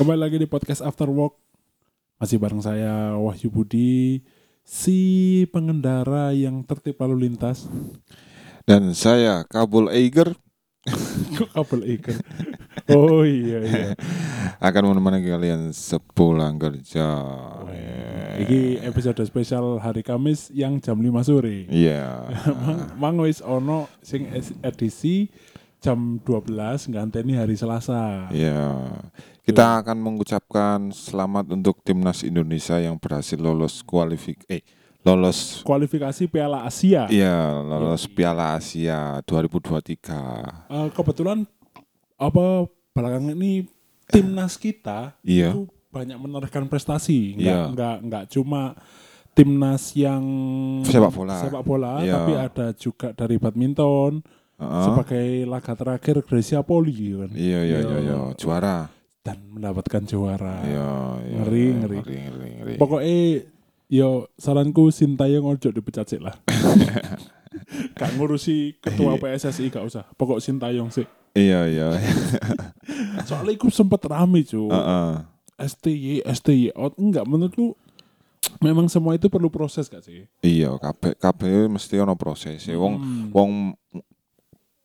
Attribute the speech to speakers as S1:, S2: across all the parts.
S1: Kembali lagi di podcast After Work. Masih bareng saya Wahyu Budi, si pengendara yang tertib lalu lintas.
S2: Dan saya Kabul Eiger
S1: Kok kabel ikan? Oh iya iya.
S2: akan menemani kalian sepulang kerja.
S1: Ini episode spesial hari Kamis yang jam 5 sore.
S2: Iya.
S1: Mang- Mang wis ono sing es- edisi jam 12 nganteni hari Selasa.
S2: Iya. Kita akan mengucapkan selamat untuk timnas Indonesia yang berhasil lolos kualifik eh lolos
S1: Kualifikasi Piala Asia.
S2: Iya, lolos Piala Asia 2023.
S1: Eh, kebetulan apa belakangan ini timnas kita
S2: Iya.
S1: itu banyak menorehkan prestasi nggak
S2: Iya.
S1: nggak nggak cuma timnas yang
S2: Sepak bola.
S1: sepak bola,
S2: Iya.
S1: tapi ada juga dari badminton
S2: Heeh.
S1: sebagai laga terakhir Grecia Poli kan
S2: Iya, iya, iya, iya, juara.
S1: dan mendapatkan juara
S2: Iya, iya.
S1: Ah, Ngeri, ngeri.
S2: ngeri, ngeri, ngeri.
S1: pokoknya yo saranku sintayong ojo dipecat sih lah gak ngurusi ketua PSSI gak usah pokok sintayong sih
S2: Iya, iya.
S1: soalnya iku sempet rame cuy
S2: Heeh.
S1: STY, STY out Oh, enggak menurutku memang semua itu perlu proses gak sih?
S2: Iya, kabeh kabeh mesti ono proses. Wong
S1: Hmm.
S2: wong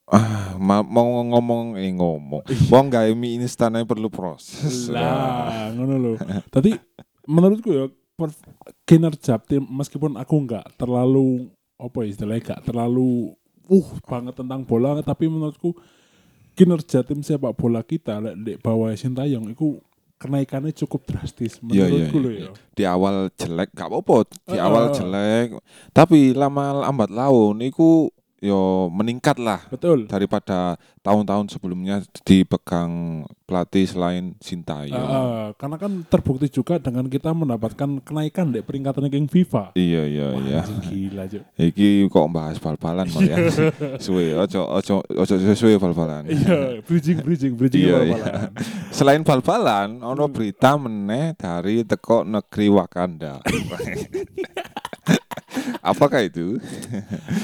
S2: ah ma- mau ngomong eh ngomong. Wong gawe mie instan ae perlu proses.
S1: Lah, ngono lho. Tadi menurutku ya per- kinerja tim meskipun aku enggak terlalu apa ya istilahnya enggak terlalu uh banget tentang bola tapi menurutku kinerja tim sepak bola kita lek di bawah Sintayong itu kenaikannya cukup drastis
S2: Iya, iya,
S1: menurutku lho
S2: iya.
S1: ya.
S2: Di awal jelek gak apa-apa, di
S1: Heeh.
S2: awal jelek. Tapi lama lambat laun iku yo meningkat lah
S1: Betul.
S2: daripada tahun-tahun sebelumnya dipegang pelatih
S1: Eh,
S2: selain Sintayong.
S1: eh, karena kan terbukti juga dengan kita mendapatkan kenaikan di peringkat ranking FIFA.
S2: Iya iya iya.
S1: Anjing, Gila, Cuk.
S2: Iki kok bahas bal-balan malah ya. Suwe ojo ojo ojo suwe bal-balan.
S1: Iya, bridging, bridging, bridging
S2: Iya, Hmm.
S1: apa-apa
S2: iya.
S1: lah.
S2: Selain bal-balan, ono berita meneh dari teko negeri Wakanda. Apakah itu?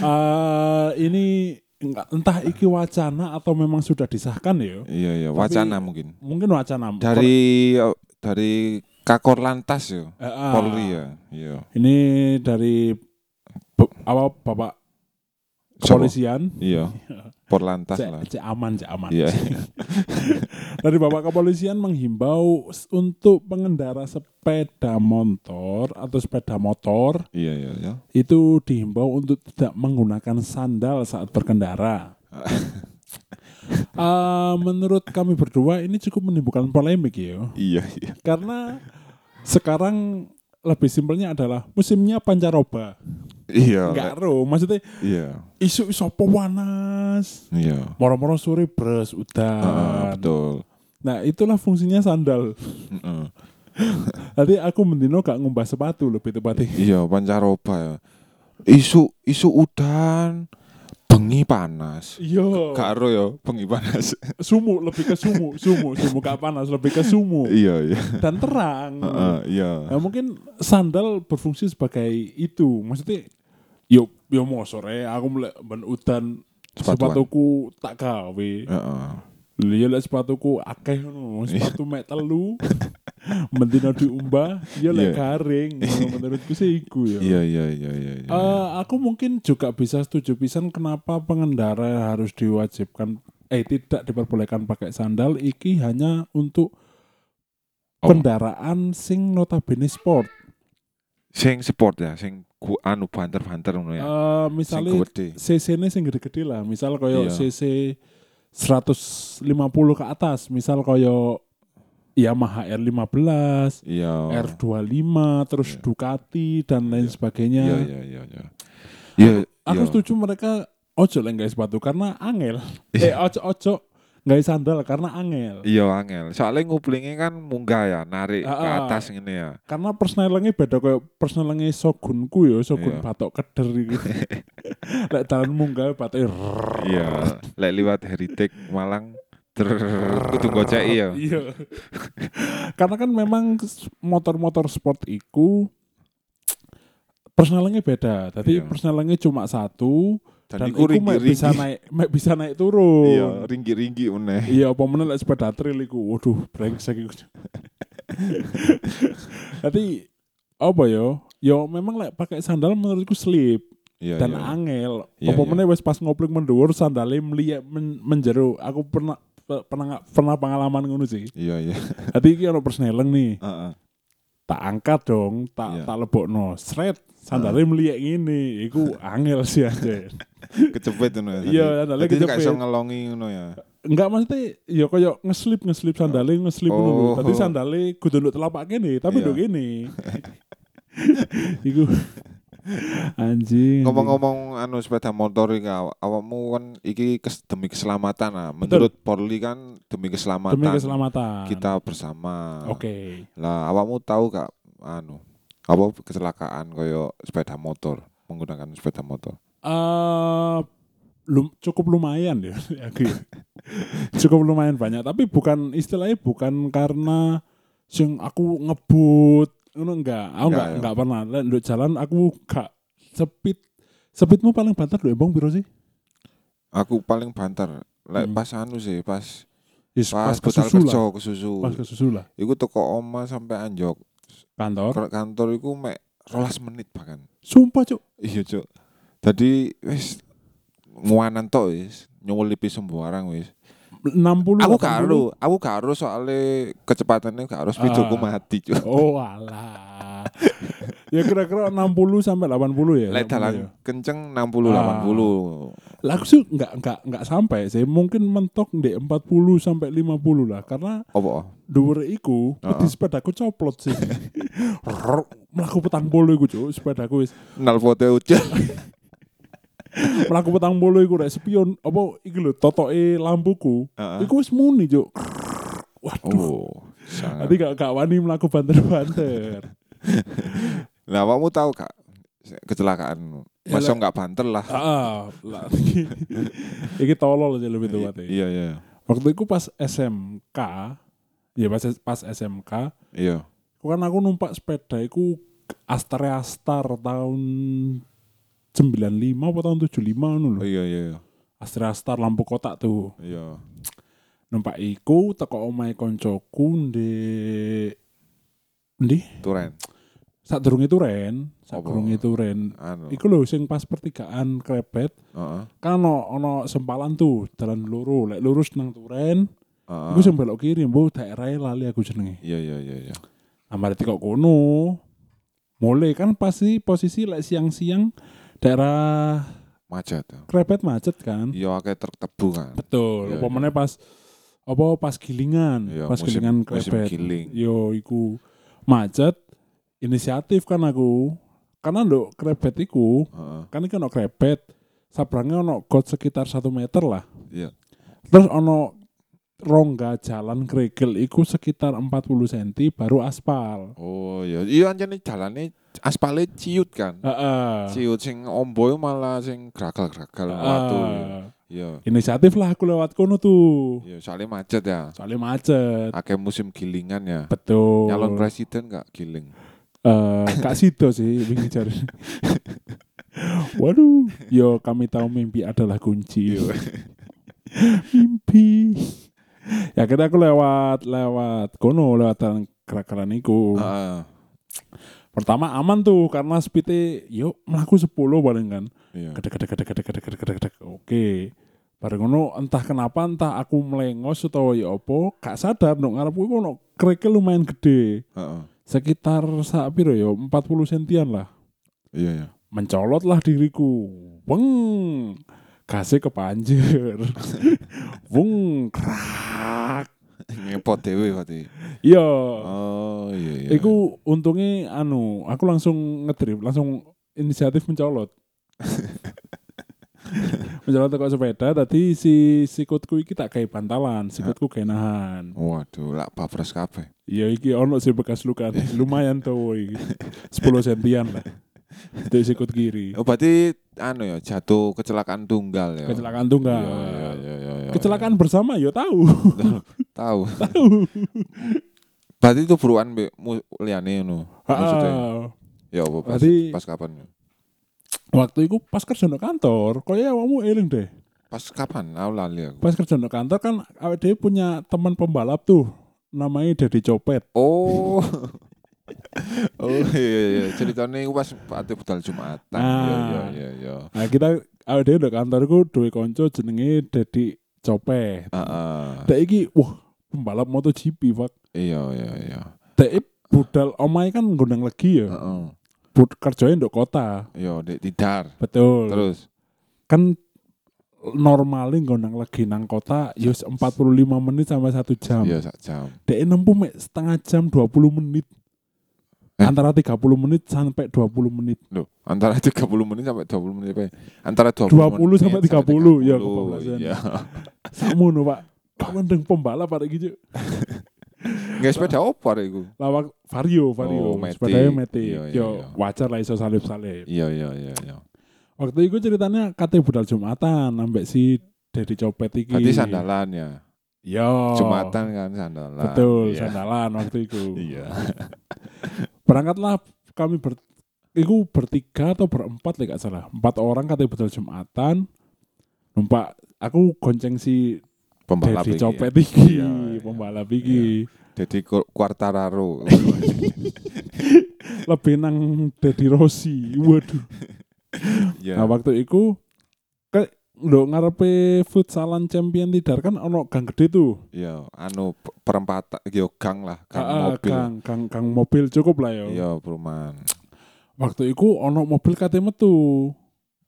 S1: Eh, ini enggak, entah iki wacana atau memang sudah disahkan ya.
S2: Iya iya, wacana mungkin.
S1: Mungkin wacana.
S2: Dari oh, dari Kakor Lantas yo,
S1: Eh, eh,
S2: Polri ya. Iya.
S1: Ini dari b- apa Bapak
S2: Siapa?
S1: kepolisian.
S2: Iya. Porlantas
S1: Cek,
S2: lah.
S1: cek aman, cek aman.
S2: Iya.
S1: Dari Bapak Kepolisian menghimbau s- untuk pengendara sepeda motor atau sepeda motor
S2: Iya iya iya.
S1: itu dihimbau untuk tidak menggunakan sandal saat berkendara. Eh, menurut kami berdua ini cukup menimbulkan polemik ya,
S2: Iya iya.
S1: karena sekarang lebih simpelnya adalah musimnya pancaroba.
S2: Iya.
S1: Enggak ro, maksudnya
S2: Iya.
S1: isu isopo panas.
S2: Iya.
S1: Moro-moro sore bres
S2: Ah,
S1: udah.
S2: betul.
S1: nah, itulah fungsinya sandal.
S2: Mm-mm.
S1: Tadi aku mendino gak ngumbah sepatu lebih tepatnya.
S2: Iya, pancaroba ya. Isu isu udan, bengi panas.
S1: Iya,
S2: Karo ya, bengi panas.
S1: sumu lebih ke sumu, sumu, sumu gak panas lebih ke sumu.
S2: iya, iya.
S1: dan terang.
S2: Heeh, iya.
S1: Nah, mungkin sandal berfungsi sebagai itu. Maksudnya yo yo mau sore aku mulai ben udan
S2: Sepatuan.
S1: sepatuku tak gawe.
S2: Heeh.
S1: Lho ya lek sepatuku akeh ngono, sepatu mek telu. Mendino diumbah, ya lek
S2: Iya.
S1: garing. Ngono Menurutku sih iku ya.
S2: Iya, iya, iya, iya. iya.
S1: Eh, aku mungkin juga bisa setuju pisan kenapa pengendara harus diwajibkan eh tidak diperbolehkan pakai sandal iki hanya untuk
S2: Apa?
S1: kendaraan sing notabene sport.
S2: Sing sport ya, sing ku anu banter-banter ngono ya.
S1: Eh,
S2: sing
S1: misalnya
S2: gede.
S1: CC-ne sing gede-gede lah, misal koyo
S2: Iya.
S1: CC 150 ke atas, misal koyo Yamaha R15,
S2: Iya.
S1: R25, terus
S2: Iya.
S1: Ducati dan lain sebagainya.
S2: Iya, iya, iya, iya. Iya.
S1: Aku
S2: iya.
S1: setuju mereka ojo lah nggak sepatu karena angel. Eh ojo ojo nggak sandal karena angel.
S2: Iya angel. Soalnya nguplinge kan munggah ya, narik ke
S1: Ah, ah.
S2: atas ngene ya.
S1: Karena personelnya beda kayak personelnya Shogunku ya, Shogun
S2: Iya.
S1: batok keder gitu. Lek dalan munggah batoknya rrrr.
S2: Iya. Lek liwat heritage Malang ter kudu goceki ya.
S1: Iya. Karena kan memang motor-motor sport iku personelnya beda. Tadi
S2: Iya.
S1: personelnya cuma satu dan,
S2: Dan,
S1: iku
S2: iku
S1: mek
S2: ringgi-ringgi.
S1: bisa naik mek bisa naik turun.
S2: Iya, ringgi-ringgi meneh.
S1: Iya, apa meneh lek sepeda trail iku. Waduh, brengsek iku. Tapi apa yo? Yo memang lek pakai sandal menurutku slip
S2: Iya,
S1: dan
S2: iya.
S1: angel.
S2: Iya,
S1: apa
S2: iya.
S1: meneh wes pas ngopling menduwur sandale mliyek men, menjeru. Aku pernah pe- pernah pernah pengalaman ngono sih.
S2: Iya, iya.
S1: Dadi iki ono persneleng nih.
S2: Heeh.
S1: Tak angkat dong, tak
S2: Iya.
S1: tak lebokno. Sret, sandale mliyek ngene. Iku angel sih aja.
S2: Kejepit ngono ya.
S1: Iya,
S2: tadi.
S1: sandalnya
S2: Jadi nggak
S1: kejepit. Iya.
S2: iso ngelongi ngono ya.
S1: Enggak maksudnya ya koyo ngeslip ngeslip sandale ngeslip ngono lho.
S2: Oh.
S1: Dadi sandale kudu nduk telapak kene, tapi
S2: Iya.
S1: nduk kene. Iku anjing.
S2: Ngomong-ngomong anu sepeda motor iki aw- awakmu kan iki kes- demi keselamatan ah. Menurut Polri kan demi keselamatan.
S1: demi keselamatan.
S2: Kita bersama.
S1: Oke.
S2: Lah awakmu tahu gak anu apa kecelakaan koyo sepeda motor menggunakan sepeda motor.
S1: eh lum- cukup lumayan ya aku ya. cukup lumayan banyak tapi bukan istilahnya bukan karena sing aku ngebut ngono enggak aku enggak
S2: Enggak, ya.
S1: enggak pernah Lek nduk jalan aku gak speed speedmu paling banter lho bang piro sih
S2: Aku paling banter. Lek
S1: Hmm.
S2: pas anu sih, pas
S1: Yes, pas,
S2: pas, budal
S1: kesusu
S2: kerja
S1: lah
S2: kesusu.
S1: pas kesusu lah
S2: Iku toko oma sampai anjok.
S1: kantor
S2: Ke kantor iku mek 12 menit bahkan.
S1: sumpah cuk
S2: Iya, Cuk. Tadi wis nguanan tok wis, nyulipi sembarang wis.
S1: 60 80.
S2: Aku gak aru, aku gak aru soalnya kecepatannya gak aru
S1: Ah.
S2: speedoku mati, Cuk.
S1: oh alah ya kira-kira 60 sampai 80 ya
S2: Lek
S1: ya.
S2: dalan kenceng 60
S1: Ah.
S2: 80.
S1: Lah aku sih nggak nggak nggak sampai sih. Mungkin mentok di 40 sampai 50 lah. Karena
S2: Apa?
S1: dhuwur iku
S2: Heeh.
S1: di sepedaku coplot sih. Rrrr, melaku petang bolu iku cuk sepedaku wis.
S2: Nalpote hujan.
S1: Melaku petang bolu iku rek spion apa iki lho totoke lampuku.
S2: Heeh.
S1: Iku wis muni cuk. Krrrr, Waduh.
S2: Oh. sangat.
S1: Nanti gak, gak wani melaku banter-banter.
S2: Lah awakmu tahu gak kecelakaan?
S1: Ya,
S2: Masa
S1: lah.
S2: nggak banter lah.
S1: Ah, lah. Iki tolol sih lebih tepatnya.
S2: Iya, iya.
S1: Waktu itu pas SMK, ya pas pas SMK,
S2: Iya.
S1: Aku kan aku numpak sepeda iku Astrea Star tahun 95 apa tahun 75 ngono
S2: Oh,
S1: lho.
S2: Iya, iya, iya.
S1: Astrea Star lampu kotak tuh.
S2: Iya.
S1: Numpak iku teko omahe koncoku ndek ndi?
S2: Turen.
S1: Sadurunge turen, sadurunge
S2: Apa?
S1: turen.
S2: Anu.
S1: Iku lho sing pas pertigaan krebet
S2: Heeh.
S1: kan ono, ono sempalan tuh dalan loro lek lurus nang turen
S2: Heeh.
S1: iku sing belok kiri mbok daerah lali aku jenenge
S2: Iya, iya, iya, iya.
S1: Amarte kok kono. Mulai kan pasti posisi lek siang-siang daerah
S2: Macet. ya.
S1: krebet macet kan.
S2: Iya, akeh truk tebu kan.
S1: Betul.
S2: Iya,
S1: Apa meneh pas apa pas gilingan,
S2: Iya,
S1: pas
S2: musim-
S1: gilingan
S2: musim
S1: krebet.
S2: giling.
S1: Yo iku macet inisiatif kan aku. Karena nduk krebet iku
S2: Heeh.
S1: kan iki ono krebet. Sabrangnya ono got sekitar satu meter lah.
S2: Iya.
S1: Terus ono rongga jalan kerikil iku sekitar 40 cm baru aspal.
S2: Oh, iya. Iya anjene jalane aspalnya ciut kan.
S1: Heeh.
S2: Ciut sing ombo malah sing gragal-gragal
S1: Ah,
S2: watu. Iya.
S1: inisiatif lah aku lewat kono tuh
S2: Iya, soalnya macet ya.
S1: soalnya macet
S2: Akeh musim gilingan ya.
S1: betul
S2: Nyalon presiden gak giling.
S1: Eh, kak Sido sih wingi jare. waduh yo kami tahu mimpi adalah kunci yo. mimpi ya kita aku lewat lewat kono lewat jalan kerakaran iku
S2: Heeh.
S1: pertama aman tuh karena speednya yo melaku 10 paling kan
S2: Iya.
S1: kedek kedek kedek kedek kedek kedek kedek oke bareng ngono entah kenapa entah aku melengos atau ya opo gak sadar nuk ngarep kuwi ono kerikil lumayan gede
S2: Heeh.
S1: sekitar sak piro ya 40 sentian lah
S2: Iya, iya.
S1: mencolot lah diriku weng kasih kepanjer weng krak
S2: Ngepot dhewe berarti.
S1: iya
S2: Oh, iya iya.
S1: iku untungnya anu aku langsung ngedrip langsung inisiatif mencolot mencolot teko sepeda tadi si sikutku iki tak kayak bantalan sikutku kayak nahan
S2: Waduh, lak babres kabeh.
S1: iya iki ono sih bekas luka lumayan tuh iki 10 sentian lah dari sikut kiri
S2: Oh, berarti anu ya, jatuh kecelakaan tunggal ya.
S1: kecelakaan tunggal
S2: Iya, iya, iya, iya, iya.
S1: kecelakaan bersama ya tahu
S2: tahu. Berarti itu buruan mbek mu- liyane ngono. Maksudnya.
S1: Ah,
S2: Ya apa pas,
S1: Berarti-
S2: pas kapan?
S1: waktu itu pas kerja di kantor kaya awakmu eling deh
S2: Pas kapan? Aku lali aku.
S1: pas kerja di kantor kan awet punya teman pembalap tuh namanya Dedi Copet.
S2: Oh. oh iya iya ceritanya iku pas ate budal Jumatan. Iya
S1: Ah.
S2: iya iya iya.
S1: Nah, kita awake dhewe ndek kantorku duwe kanca jenenge Dedi Copet.
S2: Heeh.
S1: Dek iki wah pembalap MotoGP, Pak.
S2: Iya iya iya.
S1: Dek e budal omahe kan gondang legi ya.
S2: Heeh.
S1: Bud kerjane ndek kota.
S2: Iya Dek Tidar.
S1: Betul.
S2: Terus
S1: Kan normalnya gondang legi nang kota ya yus 45 menit sampai 1 jam.
S2: iya sak jam.
S1: Dek nempuh mek setengah jam 20 menit.
S2: Eh?
S1: Antara 30 menit sampai 20 menit.
S2: Loh, antara 30 menit sampai 20 menit apa ya? Antara 20,
S1: 20
S2: menit
S1: sampai 30, ya, kebablasan.
S2: Iya.
S1: Sakmono, Pak. Kok mendeng pembalap pada gitu.
S2: Nggak sepeda opo arek iku?
S1: Lawak Vario,
S2: Oh,
S1: Vario.
S2: Matic.
S1: Sepedanya Matic.
S2: Iya, iya,
S1: Yo,
S2: iya.
S1: wajar lah iso salib-salib.
S2: Iya iya iya iya.
S1: Waktu itu ceritanya kate budal Jumatan ambek si Dedi Copet iki.
S2: Berarti sandalan ya.
S1: Yo.
S2: Jumatan kan sandalan.
S1: Oh. Betul,
S2: Iya.
S1: sandalan waktu itu.
S2: Iya.
S1: Berangkatlah kami ber Iku bertiga atau berempat lah gak salah. Empat orang kate budal Jumatan. Numpak aku gonceng si
S2: Pembalap
S1: Dedi
S2: iki.
S1: Copet iki,
S2: Iya, iya.
S1: pembalap iki.
S2: Jadi Quartararo.
S1: Lebih nang Dedi Rossi. Waduh.
S2: Iya.
S1: Nah waktu itu ke lo ngarepe futsalan champion tidar kan ono gang gede tuh.
S2: Iya, anu p- perempatan yo gang lah, gang
S1: Ah, ah,
S2: mobil.
S1: Gang, gang, gang mobil cukup lah yo.
S2: Iya, perumahan.
S1: Waktu itu ono mobil kate metu.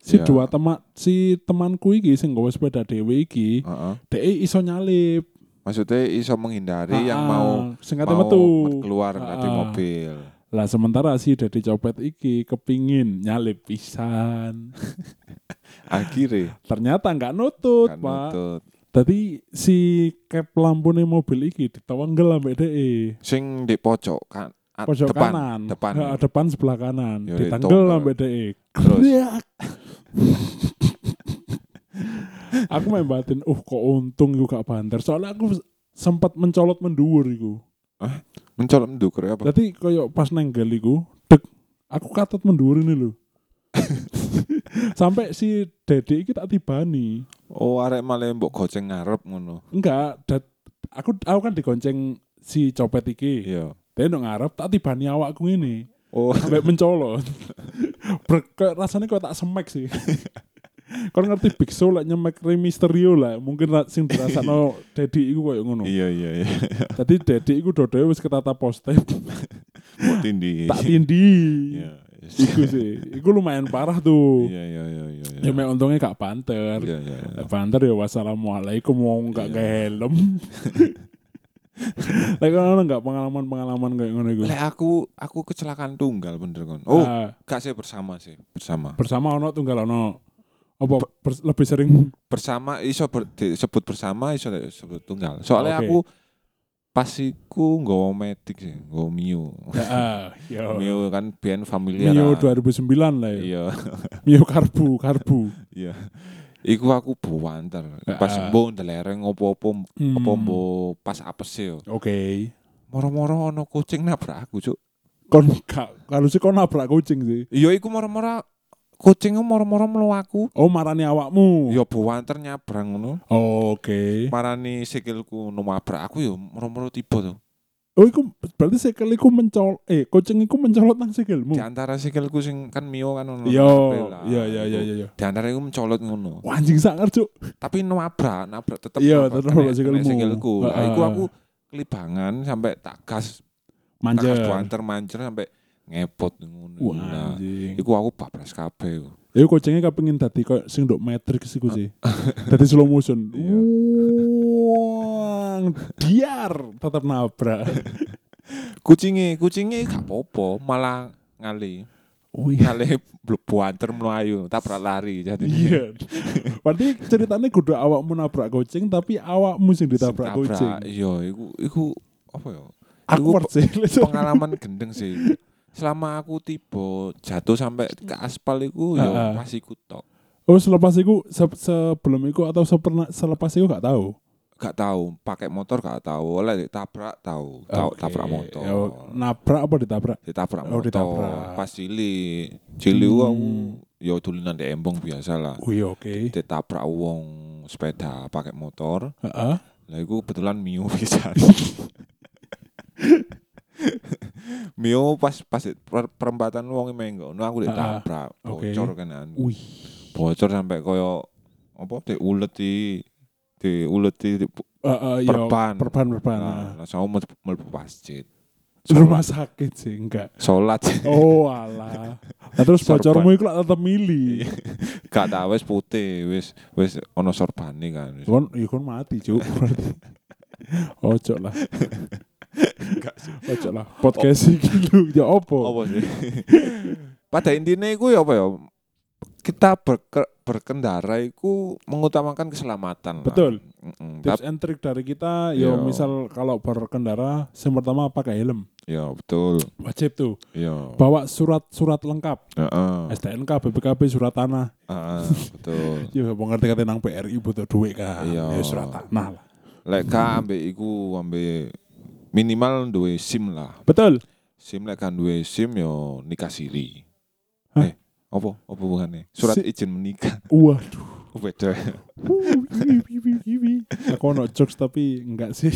S1: Si
S2: Iya.
S1: dua teman si temanku iki sing nggawa sepeda dhewe iki,
S2: Heeh.
S1: dhek iso nyalip.
S2: Maksudnya iso menghindari
S1: Ah,
S2: yang
S1: ah,
S2: mau
S1: sing kate
S2: mau
S1: metu.
S2: keluar
S1: Ah,
S2: dari
S1: ah.
S2: mobil.
S1: Lah sementara si Dedi Copet iki kepingin nyalip pisan.
S2: Akhirnya
S1: Ternyata nggak nutut,
S2: kan
S1: Pak.
S2: nutut.
S1: Tadi si kep lampune mobil iki ditawanggal ambek dhek.
S2: Sing di pojok kan at-
S1: pojok
S2: depan,
S1: kanan
S2: depan.
S1: Ha, depan sebelah kanan
S2: Ya,
S1: ditanggel
S2: itu.
S1: sampai DE
S2: Terus.
S1: Kriak. aku main batin uh kok untung iku gak banter soalnya aku sempat mencolot menduwur iku
S2: mencolok mendukur apa?
S1: berarti koyo pas nenggel iku dek aku katut menduwur ini lho sampai si Dede iki tak tibani
S2: Oh, arek malah mbok goceng ngarep ngono.
S1: enggak dad- aku aku kan digonceng si copet iki
S2: Iya.
S1: dia nang ngarep tak tibani awakku ini
S2: Oh,
S1: sampai mencolot. Brek, kayak rasanya kok tak semek sih. Kau ngerti Big Show lah nyemek Rey Mysterio lah mungkin ra- sing dirasa no Dedi iku koyo ngono.
S2: iya iya iya.
S1: Tadi Dedi iku dodoe wis ketata poste
S2: Mbok tindih.
S1: tak tindi.
S2: Iya.
S1: Iku sih, iku lumayan parah tuh.
S2: Iya iya iya iya.
S1: Ya mek untungnya gak banter.
S2: Iya iya. iya.
S1: Gak Banter ya wassalamualaikum wong gak
S2: Iya.
S1: ke helm. Lek ono gak pengalaman-pengalaman kayak ngono iku.
S2: Lek aku aku kecelakaan tunggal bener kon. Oh,
S1: Ah,
S2: gak sih bersama sih, bersama.
S1: bersama ono tunggal ono. Apa pers- lebih sering
S2: bersama iso ber, disebut bersama iso disebut tunggal soalnya
S1: Ah, Oke.
S2: aku pasiku nggawa metik sih nggawa mio
S1: Ah, yo. Mio,
S2: mio kan band familiar
S1: 2009 lah ya.
S2: iya
S1: Mio karbu, karbu.
S2: iya iku aku buwanter pas
S1: Ah.
S2: mbok ndelereng opo-opo
S1: Hmm.
S2: apa mbok pas apes e yo
S1: Oke.
S2: moro-moro ono kucing nabrak aku cuk
S1: Kon gak harusnya kon nabrak kucing sih.
S2: iya iku moro-moro kucing moro-moro melu aku
S1: Oh, marani awakmu.
S2: yo buwanter Ya, nyabrang ngono
S1: Oke.
S2: marani sikilku nu nabrak aku yo moro-moro tiba tuh
S1: Oh, iku berarti sikil iku mencol eh kucing iku mencolot nang sikilmu.
S2: di antara sikilku sing kan mio kan ono
S1: Yo,
S2: kabel lah.
S1: iya iya iya iya.
S2: di antara itu mencolot ngono
S1: Wah, anjing sangar, Cuk.
S2: tapi nabrak nabrak tetep
S1: Iya, tetep
S2: nabrak, kena-
S1: nabrak sikilmu.
S2: kena sikilku
S1: Heeh.
S2: nah, iku aku kelibangan sampai tak gas tak
S1: Manja.
S2: gas banter manjer sampai ngepot ngono
S1: Wah,
S2: nah,
S1: anjing.
S2: iku aku bablas kabeh
S1: Ya kucingnya kepengin dadi koyo sing nduk Matrix iku sih. Dadi slow motion.
S2: Iya.
S1: Wong diar tetap nabrak.
S2: kucinge kucinge gak popo malah ngali
S1: Oh
S2: ngali buanter melayu tabrak lari jadi
S1: Iya. Berarti ceritanya kudu awakmu nabrak kucing tapi awakmu sing ditabrak kucing.
S2: iya iku iku apa ya
S1: Aku sih.
S2: pengalaman gendeng sih selama aku tiba jatuh sampai ke aspal iku yo
S1: Heeh.
S2: pas iku tok
S1: Oh selepas itu se- sebelum itu atau seperna, selepas itu gak tahu.
S2: gak tahu pakai motor gak tahu oleh ditabrak tahu tahu
S1: Oke.
S2: tabrak motor
S1: Ya, nabrak apa ditabrak?
S2: ditabrak
S1: Oh,
S2: motor
S1: ditabrak.
S2: pas cilik cilik
S1: Hmm.
S2: aku yo tulinan di embong biasa lah
S1: Wih oke.
S2: ditabrak wong sepeda pakai motor
S1: Heeh.
S2: lah iku kebetulan mio bisa Mio pas pas per- perempatan wong menggo. ngono
S1: Ah,
S2: aku lek tabrak,
S1: oke.
S2: bocor kanan.
S1: Wih.
S2: Bocor sampai koyo apa diuleti diuleti di,
S1: Eh, eh, ya,
S2: Perban.
S1: Perban, perban.
S2: nah, langsung aku mel- mlebu masjid.
S1: Rumah sakit sih enggak.
S2: Salat
S1: Oh alah. Nah, terus
S2: Sorban.
S1: bocormu iku lak tetep
S2: Iya.
S1: mili.
S2: gak tak wis putih, wis wis ana sorbane kan. Wis
S1: Kon ya kon mati, Cuk. Berarti. Ojo lah. Ojo lah. Podcast iki lho ya opo?
S2: apa sih? Pada intinya itu ya apa ya? Kita berke- berkendara itu mengutamakan keselamatan. lah.
S1: Betul.
S2: Mm-mm.
S1: Tips
S2: Tap-
S1: and trick dari kita, yo
S2: Yo.
S1: misal kalau berkendara, yang pertama pakai helm.
S2: ya betul.
S1: Wajib tuh.
S2: Ya.
S1: Bawa surat-surat lengkap.
S2: Heeh,
S1: STNK, BPKB, surat tanah.
S2: heeh, betul.
S1: Ya mau ngerti kata nang PRI butuh duit kan.
S2: Iya.
S1: Ya surat tanah lah.
S2: Lek ka ambek iku ambek minimal duwe SIM lah.
S1: Betul.
S2: SIM lek kan duwe SIM yo nikah siri.
S1: Hah?
S2: Eh, apa apa hubungannya? Surat
S1: Si-
S2: izin menikah.
S1: Waduh.
S2: Beda.
S1: Wuh, iwi, iwi, iwi. Aku ono jokes tapi enggak sih.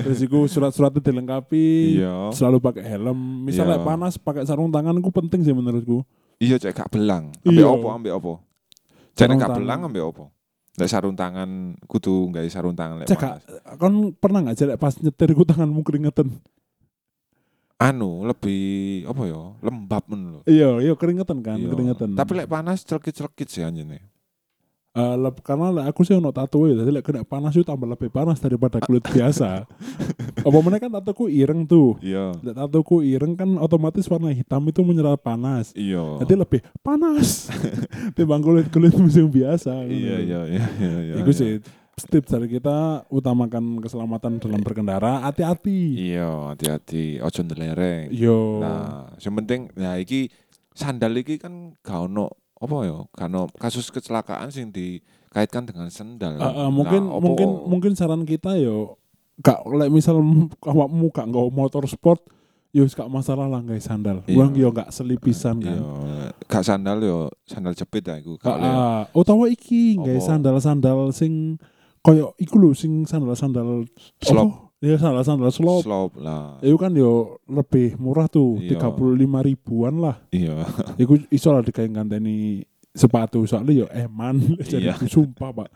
S1: Terus iku surat-suratnya dilengkapi.
S2: Iya.
S1: Selalu pakai helm. Misalnya
S2: Iya.
S1: panas pakai sarung tangan ku penting sih menurutku.
S2: Iya cek gak belang. Ambek
S1: Iya.
S2: opo ambek opo? Cek
S1: Sarung
S2: nek gak
S1: tangan.
S2: belang ambek opo? Lek sarung tangan kudu gawe sarung tangan lek
S1: Cek
S2: panas.
S1: Kon pernah nggak jelek pas nyetir ku tanganmu keringetan?
S2: Anu lebih apa ya? Lembab men lho.
S1: Iya, iya keringetan kan,
S2: Iya.
S1: keringetan.
S2: Tapi lek panas celkit-celkit sih anjene.
S1: Eh, lep- karena lek aku sih ono tato ya, jadi lek kena panas itu tambah lebih panas daripada kulit biasa. Apa mana kan tatoku ireng tuh.
S2: Iya.
S1: Lek tatoku ireng kan otomatis warna hitam itu menyerap panas.
S2: Iya.
S1: Jadi lebih panas timbang kulit kulit musim biasa.
S2: Iya iya iya iya iya.
S1: Itu sih tips dari kita utamakan keselamatan dalam berkendara, hati-hati.
S2: Iya, hati-hati, ojo ndelereng.
S1: Yo,
S2: Nah, yang penting ya iki sandal iki kan gak ono apa ya? Gak ono kasus kecelakaan sing dikaitkan dengan
S1: Eh,
S2: sendal.
S1: eh,
S2: Nah,
S1: mungkin
S2: apa-
S1: mungkin mungkin saran kita yo gak lek misal m- awakmu gak nggo motor sport yo wis gak masalah lah guys sandal.
S2: Iya.
S1: Wong yo gak selipisan
S2: Iya,
S1: kan.
S2: gak sandal yo, sandal jepit ya iku. Gak
S1: Gak
S2: oleh-
S1: ah, utawa iki guys
S2: Apa?
S1: sandal-sandal sing koyo iku lho sing sandal-sandal apa?
S2: Slop.
S1: Ya sandal-sandal slop. Eh.
S2: slop lah.
S1: Itu kan yo lebih murah tuh,
S2: Iya.
S1: 35 ribuan lah.
S2: Iya.
S1: Iku iso lah digawe nganteni sepatu soalnya yo eman jadi
S2: Iya.
S1: aku sumpah pak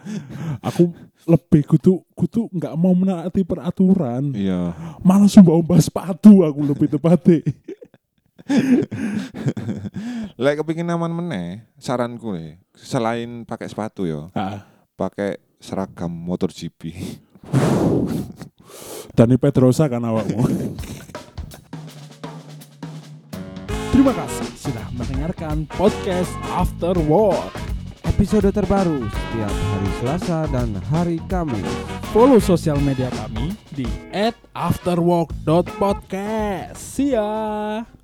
S1: aku lebih kudu kudu nggak mau menaati peraturan
S2: Iya.
S1: malah sumpah ombah sepatu aku lebih tepatnya
S2: Lek kepingin aman meneh, saranku le, selain pakai sepatu yo,
S1: ah,
S2: pakai seragam motor GP.
S1: Dani Pedrosa kan awakmu
S3: Terima kasih sudah mendengarkan podcast After Work.
S4: Episode terbaru setiap hari Selasa dan hari Kamis.
S3: Follow sosial media kami di @afterwork.podcast. See ya.